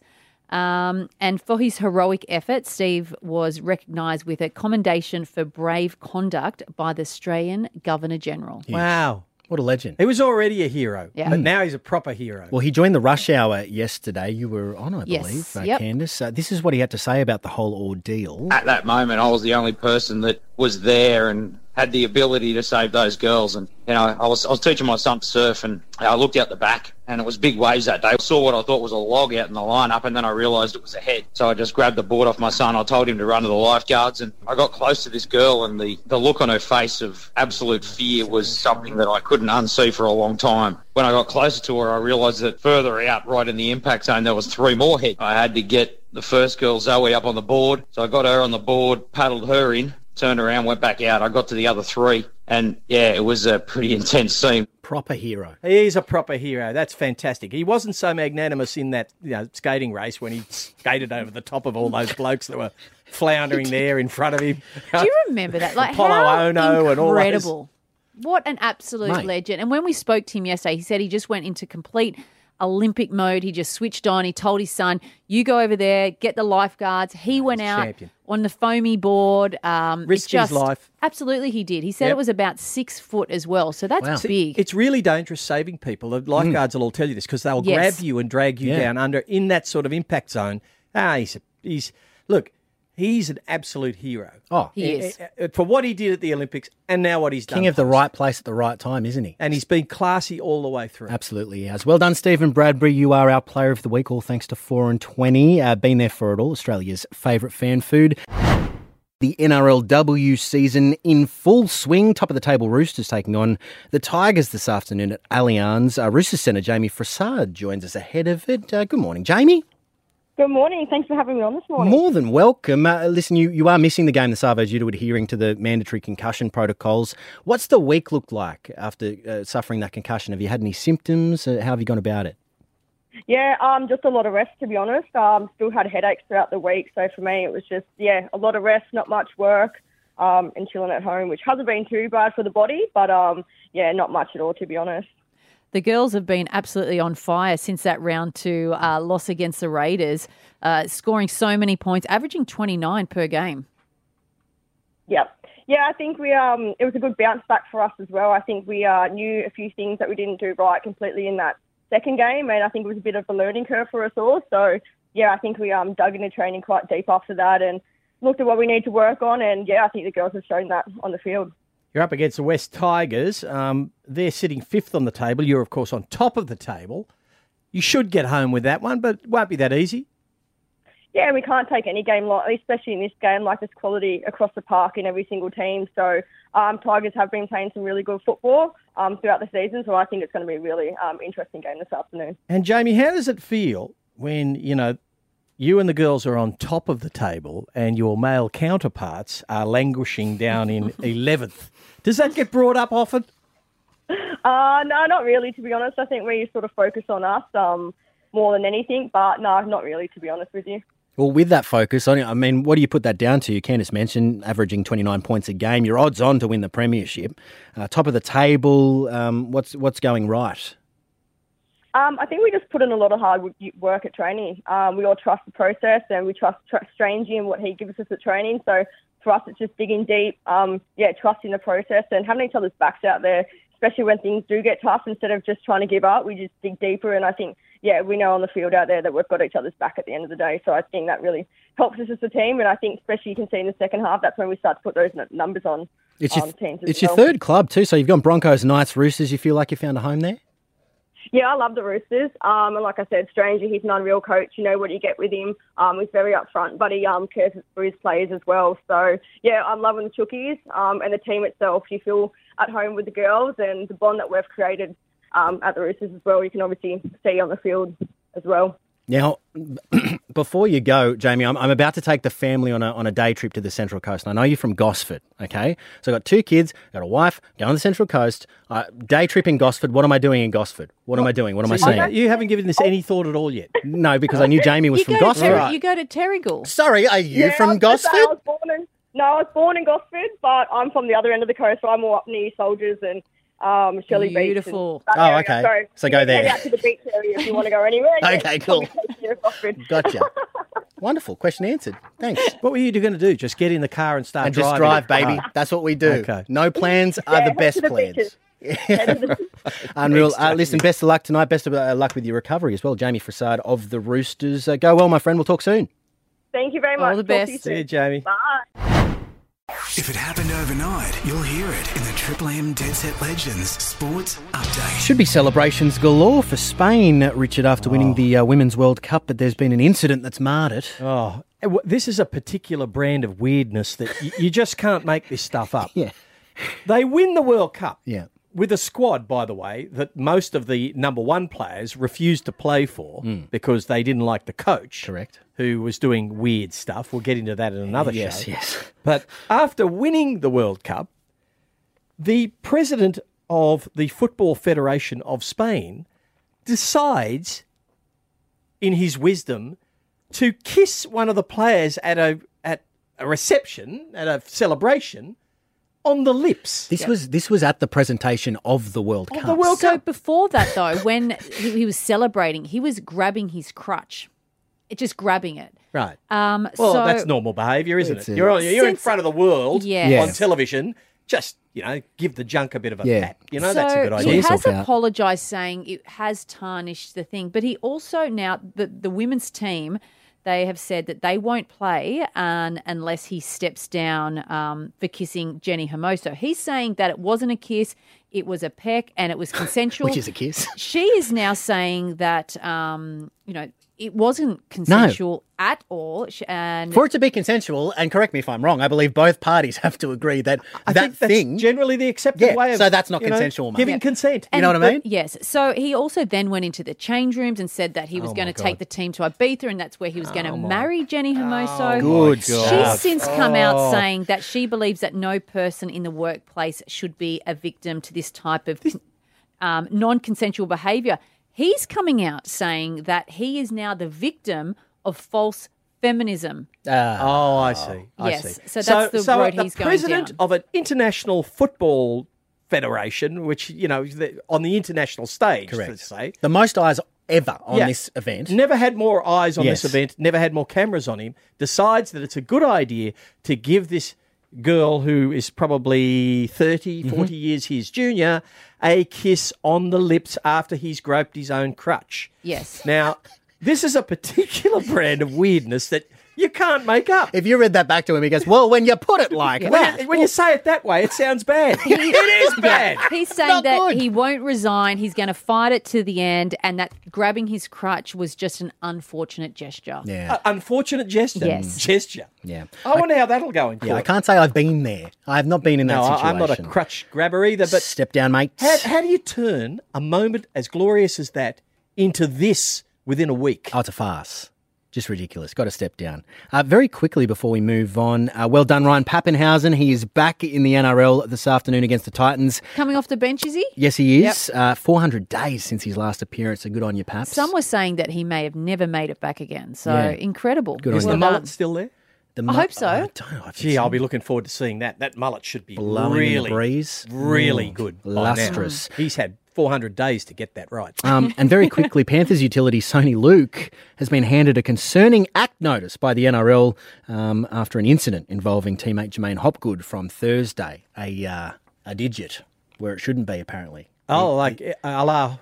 Um, and for his heroic effort, Steve was recognised with a commendation for brave conduct by the Australian Governor General.
Wow.
what a legend.
He was already a hero,
Yeah.
but now he's a proper hero.
Well, he joined the rush hour yesterday. You were on, I
Yes,
believe, uh,
yep.
Candice. Uh, this is what he had to say about the whole ordeal.
at that moment, I was the only person that was there and had the ability to save those girls. And you know, I was I was teaching my son to surf, and I looked out the back, and it was big waves that day. I saw what I thought was a log out in the lineup, and then I realised it was a head. So I just grabbed the board off my son. I told him to run to the lifeguards, and I got close to this girl, and the the look on her face of absolute fear was something that I couldn't unsee for a long time. When I got closer to her, I realised that further out, right in the impact zone, there was three more heads. I had to get the first girl, Zoe, up on the board. So I got her on the board, paddled her in, turned around, went back out. I got to the other three. And yeah, it was a pretty intense scene.
Proper hero.
He's a proper hero. That's fantastic. He wasn't so magnanimous in that you know, skating race when he skated over the top of all those blokes that were floundering there in front of him.
Do you remember that? Like
Apollo
how
Ono and all those.
incredible! What an absolute
Mate.
legend! And when we spoke to him yesterday, he said he just went into complete Olympic mode. He just switched on. He told his son, "You go over there, get the lifeguards." He went out
champion.
on the foamy board. Um, it's
Risked his
just-
life.
Absolutely, he did. He said
Yep.
it was about six foot as well, so that's
Wow. See,
big.
It's really dangerous saving people. The lifeguards will all tell you this because they'll
Yes.
grab you and drag you
Yeah.
down under in that sort of impact zone. Ah, he's, a, he's look, he's an absolute hero.
Oh,
He is.
Eh, eh, For what he did at the Olympics and now what he's done.
king of the
for us.
right place at the right time, isn't he?
And he's been classy all the way through.
Absolutely, yes. Well done, Stephen Bradbury. You are our player of the week, all thanks to 4 and 20. Uh, been there for it all, Australia's favourite fan food. The NRLW season in full swing. Top of the table, Roosters taking on the Tigers this afternoon at Allianz. Uh, Roosters centre Jamie Frassard joins us ahead of it. Uh, good morning, Jamie.
Good morning. Thanks for having me on this morning.
More than welcome. Uh, listen, you, you are missing the game this Savo due to adhering to the mandatory concussion protocols. What's the week looked like after uh, suffering that concussion? Have you had any symptoms? Uh, how have you gone about it?
yeah, um, just a lot of rest to be honest. Um, still had headaches throughout the week, so for me it was just yeah, a lot of rest, not much work, um, and chilling at home, which hasn't been too bad for the body, but um, yeah, not much at all to be honest.
The girls have been absolutely on fire since that round two uh, loss against the Raiders, uh, scoring so many points, averaging 29 per game.
Yep. Yeah, I think we um it was a good bounce back for us as well. I think we uh, knew a few things that we didn't do right completely in that second game, and I think it was a bit of a learning curve for us all. So yeah, I think we um dug into training quite deep after that and looked at what we need to work on, and yeah, I think the girls have shown that on the field.
You're up against the West Tigers. Um, they're sitting fifth on the table. You're, of course, on top of the table. You should get home with that one, but it won't be that easy.
yeah, and we can't take any game lightly, especially in this game. Like there's quality across the park in every single team. So um, Tigers have been playing some really good football um, throughout the season. So I think it's going to be a really um, interesting game this afternoon.
And Jamie, how does it feel when you know you and the girls are on top of the table and your male counterparts are languishing down in eleventh? Does that get brought up often?
Uh, no, not really. To be honest, I think we sort of focus on us um, more than anything. But no, not really. To be honest with you.
Well, with that focus, I I mean, what do you put that down to? Candice mentioned averaging 29 points a game. You're odds on to win the premiership. Uh, top of the table. Um, what's what's going right?
Um, I think we just put in a lot of hard w- work at training. Um, we all trust the process and we trust tr- Strangy and what he gives us at training. So for us, it's just digging deep, um, yeah, trusting the process and having each other's backs out there, especially when things do get tough. Instead of just trying to give up, we just dig deeper. And I think, yeah, we know on the field out there that we've got each other's back at the end of the day. So I think that really helps us as a team. And I think, especially you can see in the second half, that's when we start to put those n- numbers on.
It's your
um, teams as
it's
well.
your third club too. So you've gone Broncos, Knights, Roosters. You feel like you found a home there.
Yeah, I love the Roosters. Um, and like I said, Stranger, he's an unreal coach. You know what you get with him. Um, he's very upfront, but he um, cares for his players as well. So, yeah, I'm loving the Chookies um, and the team itself. You feel at home with the girls and the bond that we've created um, at the Roosters as well. You can obviously see on the field as well.
Now, before you go, Jamie, I'm, I'm about to take the family on a, on a day trip to the Central Coast. And I know you're from Gosford, okay? So I've got two kids, got a wife, going to the Central Coast, uh, day trip in Gosford. What am I doing in Gosford? What am I doing? What am I
So you-
seeing?
You haven't given this any thought at all yet.
No, because I knew Jamie was
you,
from
go to
Gosford.
Terry, you go to Terrigal.
Sorry, are you
Yeah, I
from
was gonna say,
Gosford?
I was born in, no, I was born in Gosford, but I'm from the other end of the coast, so I'm all up near Soldiers and um, Shelley
Beautiful.
Beach. and that
Oh,
area.
okay. So
So, you
go
can head
there.
out to the beach area if you want to go anywhere. Yeah,
Okay,
it's
cool.
probably closer to Gosford.
Gotcha. Wonderful. Question answered. Thanks.
What were you going to do? Just get in the car and start
And
driving?
just drive, baby.
Ah,
That's what we do.
Okay.
No plans are
Yeah,
the
head
best
to the
plans.
beaches. Head to the-
Unreal. Uh, listen, best of luck tonight. Best of uh, luck with your recovery as well. Jamie Frassard of the Roosters. Uh, go well, my friend. We'll talk soon.
Thank you very
All
much.
the
Talk to you
best.
See
soon.
you, Jamie.
Bye.
If it happened overnight, you'll hear it in the Triple M Dead Set Legends Sports Update.
Should be celebrations galore for Spain, Richard, after winning the uh, Women's World Cup, but there's been an incident that's marred it.
Oh, and wh- this is a particular brand of weirdness that y- you just can't make this stuff up.
Yeah.
They win the World Cup.
Yeah.
With a squad, by the way, that most of the number one players refused to play for because they didn't like the coach.
Hmm. Correct.
Who was doing weird stuff. We'll get into that in another
yes,
show.
yes.
But after winning the World Cup, the president of the Football Federation of Spain decides, in his wisdom, to kiss one of the players at a at a reception, at a celebration, on the lips.
This was this was at the presentation of the World Cup.
the World
So
Cup.
before that, though, when he, he was celebrating, he was grabbing his crutch, It- just grabbing it.
Right.
Um,
Well,
so
that's normal behaviour, isn't
It's
it?
a-
You're, on- you're in
Since-
front of the world
Yes.
on television. Just, you know, give the junk a bit of a
Yeah.
pat. You know,
so
that's a good idea.
He
Yourself
has
out.
apologised, saying it has tarnished the thing. But he also now the the women's team. They have said that they won't play um, unless he steps down um, for kissing Jenny Hermoso. He's saying that it wasn't a kiss, it was a peck, and it was consensual.
Which is a kiss.
she is now saying that um, you know it wasn't consensual at all, Sh- and
For it to be consensual, and correct me if I'm wrong, I believe both parties have to agree that
I
that
think that's
thing.
generally the accepted
Yeah,
way of
so that's not
you know,
consensual, mate.
giving
Yeah.
consent.
you know what I
but-
mean?
yes. So he also then went into the change rooms and said that he was
Oh
going
my
to take the
God. Oh
team to Ibiza, and that's where he was going to marry Jenny Hermoso.
Good
She's
stuff.
since come
Oh.
out saying that she believes that no person in the workplace should be a victim to this type of um, non consensual behaviour. He's coming out saying that he is now the victim of false feminism.
Oh, I see. I
Yes,
see.
so that's the road
the
he's going
president
down.
of an international football federation, which you know the, on the international stage, correct? Let's say
the most eyes ever on
Yeah.
this event.
Never had more eyes on
Yes.
this event, never had more cameras on him, decides that it's a good idea to give this girl who is probably 30, 40 years his junior a kiss on the lips after he's groped his own crutch.
Yes.
Now, this is a particular brand of weirdness that you can't make up.
If you read that back to him, he goes, "Well, when you put it like
When you,
that,
when you say it that way, it sounds bad. it is bad.
He's saying that he won't resign. He's going to fight it to the end, and that grabbing his crutch was just an unfortunate gesture.
yeah,
A- unfortunate gesture.
Yes.
Gesture.
yeah,
I wonder how that'll go in court.
yeah." I can't say I've been there. I have not been in
no,
that
I-
situation.
I'm not a crutch grabber either, but
Step down, mate.
How, how do you turn a moment as glorious as that into this within a week?
Oh, it's a farce. Just ridiculous. Got to step down. Uh, very quickly before we move on, uh, well done, Ryan Pappenhausen. He is back in the NRL this afternoon against the Titans.
Coming off the bench, is he?
Yes, he is. Uh, 400 days since his last appearance. So good on you, Paps.
Some were saying that he may have never made it back again. So
Yeah.
incredible.
Good
Is
on
the
you.
Well
mullet
done.
still there?
The
I
mu-
hope so.
I don't know. I think
Gee,
so.
I'll be looking forward to seeing that. That mullet should be
blowing
really,
in the breeze.
really
Mm,
good, by now.
lustrous.
He's had 400 days to get that right.
Um, and very quickly, Panthers utility Sony Luke has been handed a concerning act notice by the NRL um, after an incident involving teammate Jermaine Hopgood from Thursday. A uh, a digit where it shouldn't be, apparently.
oh, like uh, a la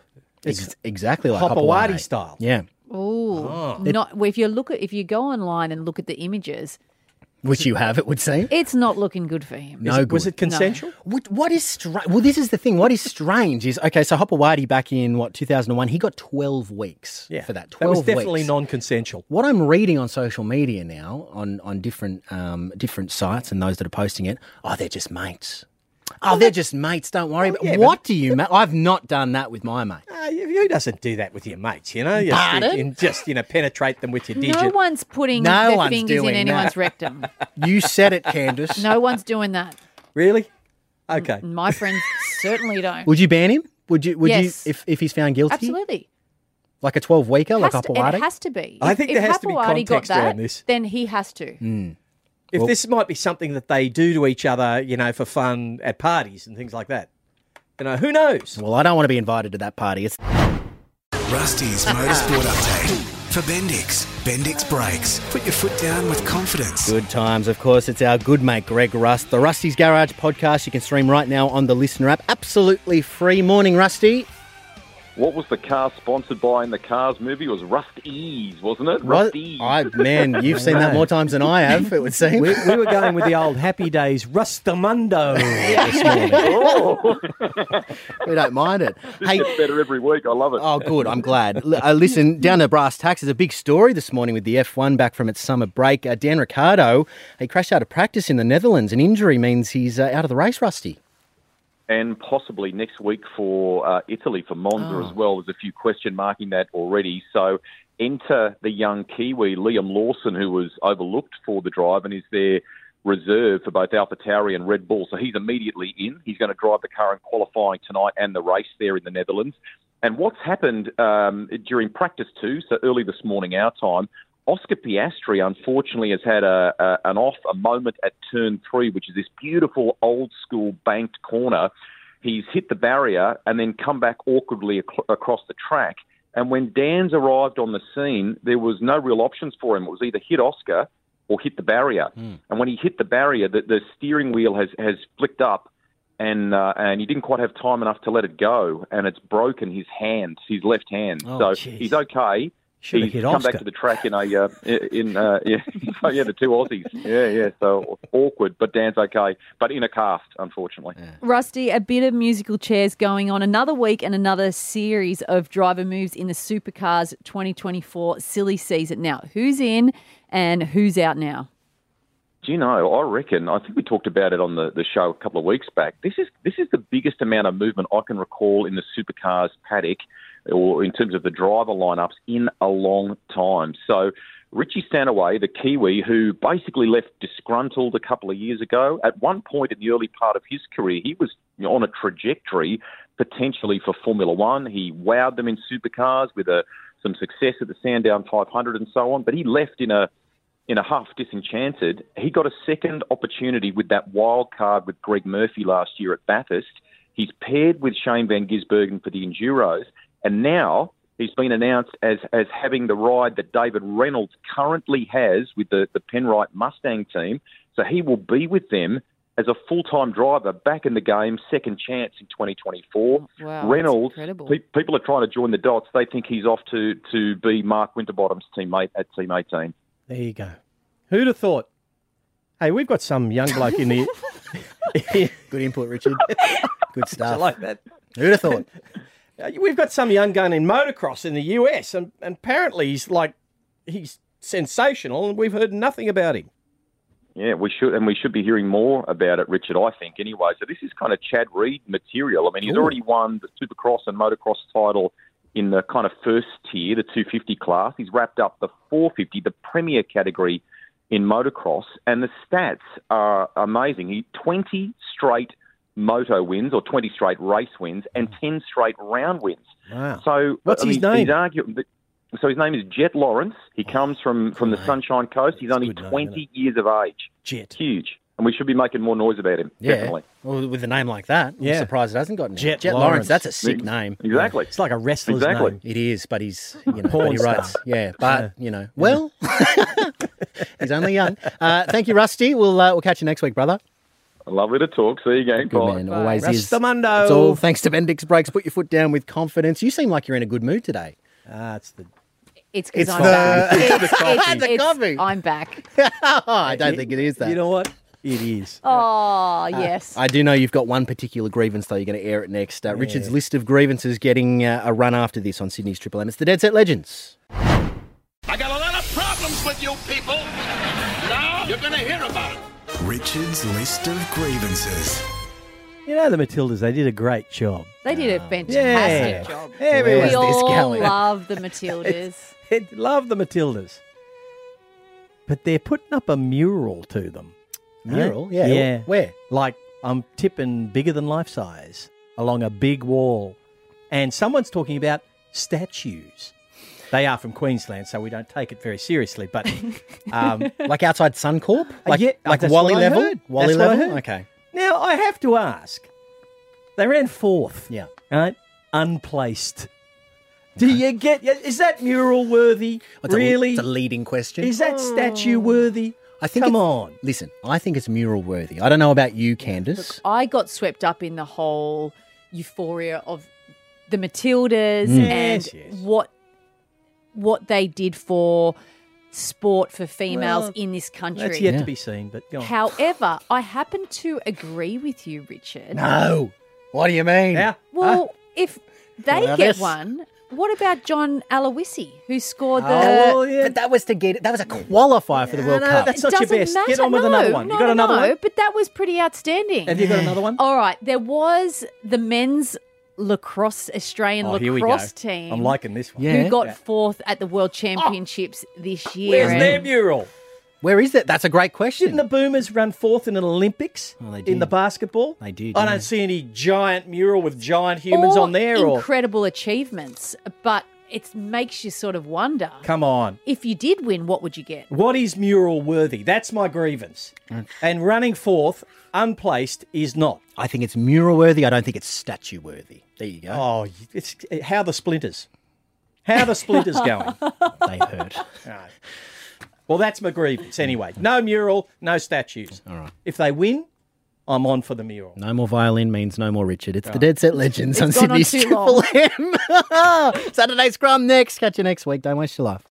Ex- exactly like
Hopawadi
Hopawadi.
style.
Yeah,
Ooh,
Oh.
not well, if you look at if you go online and look at the images,
which you have, it would seem.
it's not looking good for him.
No
Is it-
good.
was it consensual?
What, what is strange? Well, this is the thing. What is strange is okay. So Hopawadi back in what 2001, he got 12 weeks for that. 12
that was definitely
weeks.
non-consensual.
what I'm reading on social media now, on on different um, different sites and those that are posting it, oh, they're just mates. Oh, they're just mates. Don't worry. about
yeah, but-
what do you? Ma- I've not done that with my mate.
Uh, who doesn't do that with your mates? You know, you
Pardon?
and just you know penetrate them with your digit.
No one's putting
No
their
one's
fingers in
doing that.
anyone's rectum.
You said it, Candace.
No one's doing that.
Really? Okay.
And My friends certainly don't.
Would you ban him? Would you? Would
Yes.
you? If, if he's found guilty,
Absolutely.
like a 12 weeker, like
Has to,
Hopawadi.
it has to be.
I
If-
think
if
there has to be
Hapawadi got
context
that,
around this.
Then he has to.
If this might be something that they do to each other, you know, for fun at parties and things like that. You know, who knows?
well, I don't want to be invited to that party. It's
Rusty's motorsport update. For Bendix, Bendix brakes. Put your foot down with confidence.
Good times, of course. It's our good mate Greg Rust, the Rusty's Garage podcast. You can stream right now on the Listener app, absolutely free. Morning, Rusty.
What was the car sponsored by in the Cars movie? It was Rust Ease, wasn't it?
Ru-
Rust Ease.
I man, you've seen that more times than I have. It would seem.
We, we were going with the old happy days, Rustamundo.
this morning.
Oh,
We don't mind it. Hey,
it's better every week. I love it.
oh, good. I'm glad. L- uh, listen, down to brass tacks is a big story this morning with the F1 back from its summer break. Uh, Dan Ricciardo, he crashed out of practice in the Netherlands. An injury means he's uh, out of the race, Rusty.
and possibly next week for uh, Italy for Monza as well. There's a few question marking that already. So enter the young Kiwi Liam Lawson, who was overlooked for the drive and is their reserve for both AlphaTauri and Red Bull. So he's immediately in. He's going to drive the car in qualifying tonight and the race there in the Netherlands. And what's happened um, during practice too? So early this morning our time. Oscar Piastri, unfortunately, has had a, a an off a moment at turn three, which is this beautiful old school banked corner. He's hit the barrier and then come back awkwardly ac- across the track. And when Dan's arrived on the scene, there was no real options for him. It was either hit Oscar or hit the barrier.
Hmm.
And when he hit the barrier, the, the steering wheel has, has flicked up, and uh, and he didn't quite have time enough to let it go, and it's broken his hand, his left hand.
Oh,
so
jeez.
he's okay.
Should have
he's
hit
come
Oscar.
back to the track in a uh, in uh, yeah, so, yeah the two Aussies yeah yeah so awkward but Dan's okay but in a cast unfortunately
Rusty, a bit of musical chairs going on. Another week and another series of driver moves in the Supercars 2024 silly season. Now, who's in and who's out now?
Do you know? I reckon. I think we talked about it on the, the show a couple of weeks back. This is this is the biggest amount of movement I can recall in the supercars paddock, or in terms of the driver lineups in a long time. So, Richie Stanaway, the Kiwi, who basically left disgruntled a couple of years ago. At one point in the early part of his career, he was you know, on a trajectory potentially for Formula One. He wowed them in supercars with a some success at the Sandown 500 and so on. But he left in a in a huff, disenchanted. He got a second opportunity with that wild card with Greg Murphy last year at Bathurst. He's paired with Shane van Gisbergen for the Enduros, and now he's been announced as as having the ride that David Reynolds currently has with the the Penrite Mustang team. So he will be with them as a full time driver back in the game, second chance in 2024.
Wow,
Reynolds,
that's incredible.
pe- people are trying to join the dots. They think he's off to to be Mark Winterbottom's teammate at Team 18.
There you go. Who'd have thought? Hey, we've got some young bloke in here.
Good input, Richard. Good stuff.
I like that.
Who'd have thought?
Uh, We've got some young gun in motocross in the US, and, and apparently he's like, he's sensational, and we've heard nothing about him.
Yeah, we should, and we should be hearing more about it, Richard. I think anyway. So this is kind of Chad Reed material. I mean, he's
Ooh.
already won the Supercross and Motocross title in the kind of first tier, the 250 class. He's wrapped up the 450, the premier category in motocross, and the stats are amazing. He 20 straight moto wins, or 20 straight race wins, and 10 straight round wins.
Wow.
So
Hmm. What's
I
his
mean,
name? Oh,
He's arguing that- so his name is Jet Lawrence. He comes from, from the Sunshine Coast. He's only 20 years of age.
Jet.
Huge. And we should be making more noise about him.
Yeah.
Definitely.
Well, with a name like that,
Yeah.
I'm surprised it hasn't gotten it.
Jet Lawrence.
Lawrence. That's a sick
Ex-
name.
Exactly.
It's like a wrestler's
Exactly.
name.
It is, but he's you know,
Porn
but he
star.
writes, yeah, but you know, well, he's only young. Uh, thank you, Rusty. We'll uh, we'll catch you next week, brother.
Lovely to talk. See you again.
Good
Bye.
man, always is.
Rastamundo.
It's all thanks to Bendix Brakes. Put your foot down with confidence. You seem like you're in a good mood today.
Ah, it's the
It's
It's
because I'm
the-
back.
it's
It's-
the
it's-
coffee. The
it's- I'm back.
Oh, I don't think it is that.
You know what? It is.
Oh, yes.
I do know you've got one particular grievance, though. You're going to air it next. Uh, Richard's list of grievances getting uh, a run after this on Sydney's Triple M. It's the Dead Set Legends.
I got a lot of problems with you people. Now you're going to hear about it.
Richard's list of grievances. You know, the Matildas, they did a great job.
They did a fantastic
Yeah.
job.
Yeah,
we
where's this
all
going?
love the Matildas.
They love the Matildas. But they're putting up a mural to them. Huh?
Mural? Yeah, where?
Like, I'm tipping bigger than life size along a big wall. And someone's talking about statues. They are from Queensland, so we don't take it very seriously. But um,
Like outside Suncorp? Like,
Uh, yeah,
like
that's
Wally
what I
level?
heard.
Wally
That's what I
level?
heard.
Okay.
Now I have to ask. They ran fourth.
Yeah.
Right? Unplaced. Do you get is that mural worthy?
It's a-
really?
it's a leading question.
Is that statue worthy?
I think
Come
it's-
on.
Listen, I think it's mural worthy. I don't know about you, Candace.
I got swept up in the whole euphoria of the Matildas
Mm.
and
Yes,
what what they did for sport for females
Well,
in this country.
That's yet to be seen, but go on.
However, I happen to agree with you, Richard.
No. What do you mean? Uh,
Yeah.
Well, if they
Nervous?
get one, what about John Aloisi, who scored the?
But that was to get that was a qualifier for the World
No,
Cup.
it doesn't Matter. no, No, no, no, But that was pretty outstanding.
Have you got another one?
All right, there was the men's lacrosse Australian
Oh, here we go.
lacrosse team.
I'm liking this one.
Who got
Yeah. Oh,
fourth at the World Championships this year?
Where's their mural?
Where is it? That's a great question.
Didn't the Boomers run fourth in an Olympics in the basketball?
They did.
I
yeah.
don't see any giant mural with giant humans
All
on there or
incredible achievements, but it makes you sort of wonder
come on.
if you did win, what would you get?
What is mural worthy? That's my grievance. And running fourth, unplaced, is not.
I think it's mural worthy. I don't think it's statue worthy. There you go.
Oh, it's how the splinters. How the splinters going?
They hurt.
No. Well, that's my grievance anyway. No mural, no statues. All
right.
If they win, I'm on for the mural.
No more violin means no more Richard. It's the Dead Set Legends
It's
on
gone on
Sydney's
too long.
Triple M. Saturday Scrum next. Catch you next week. Don't waste your life.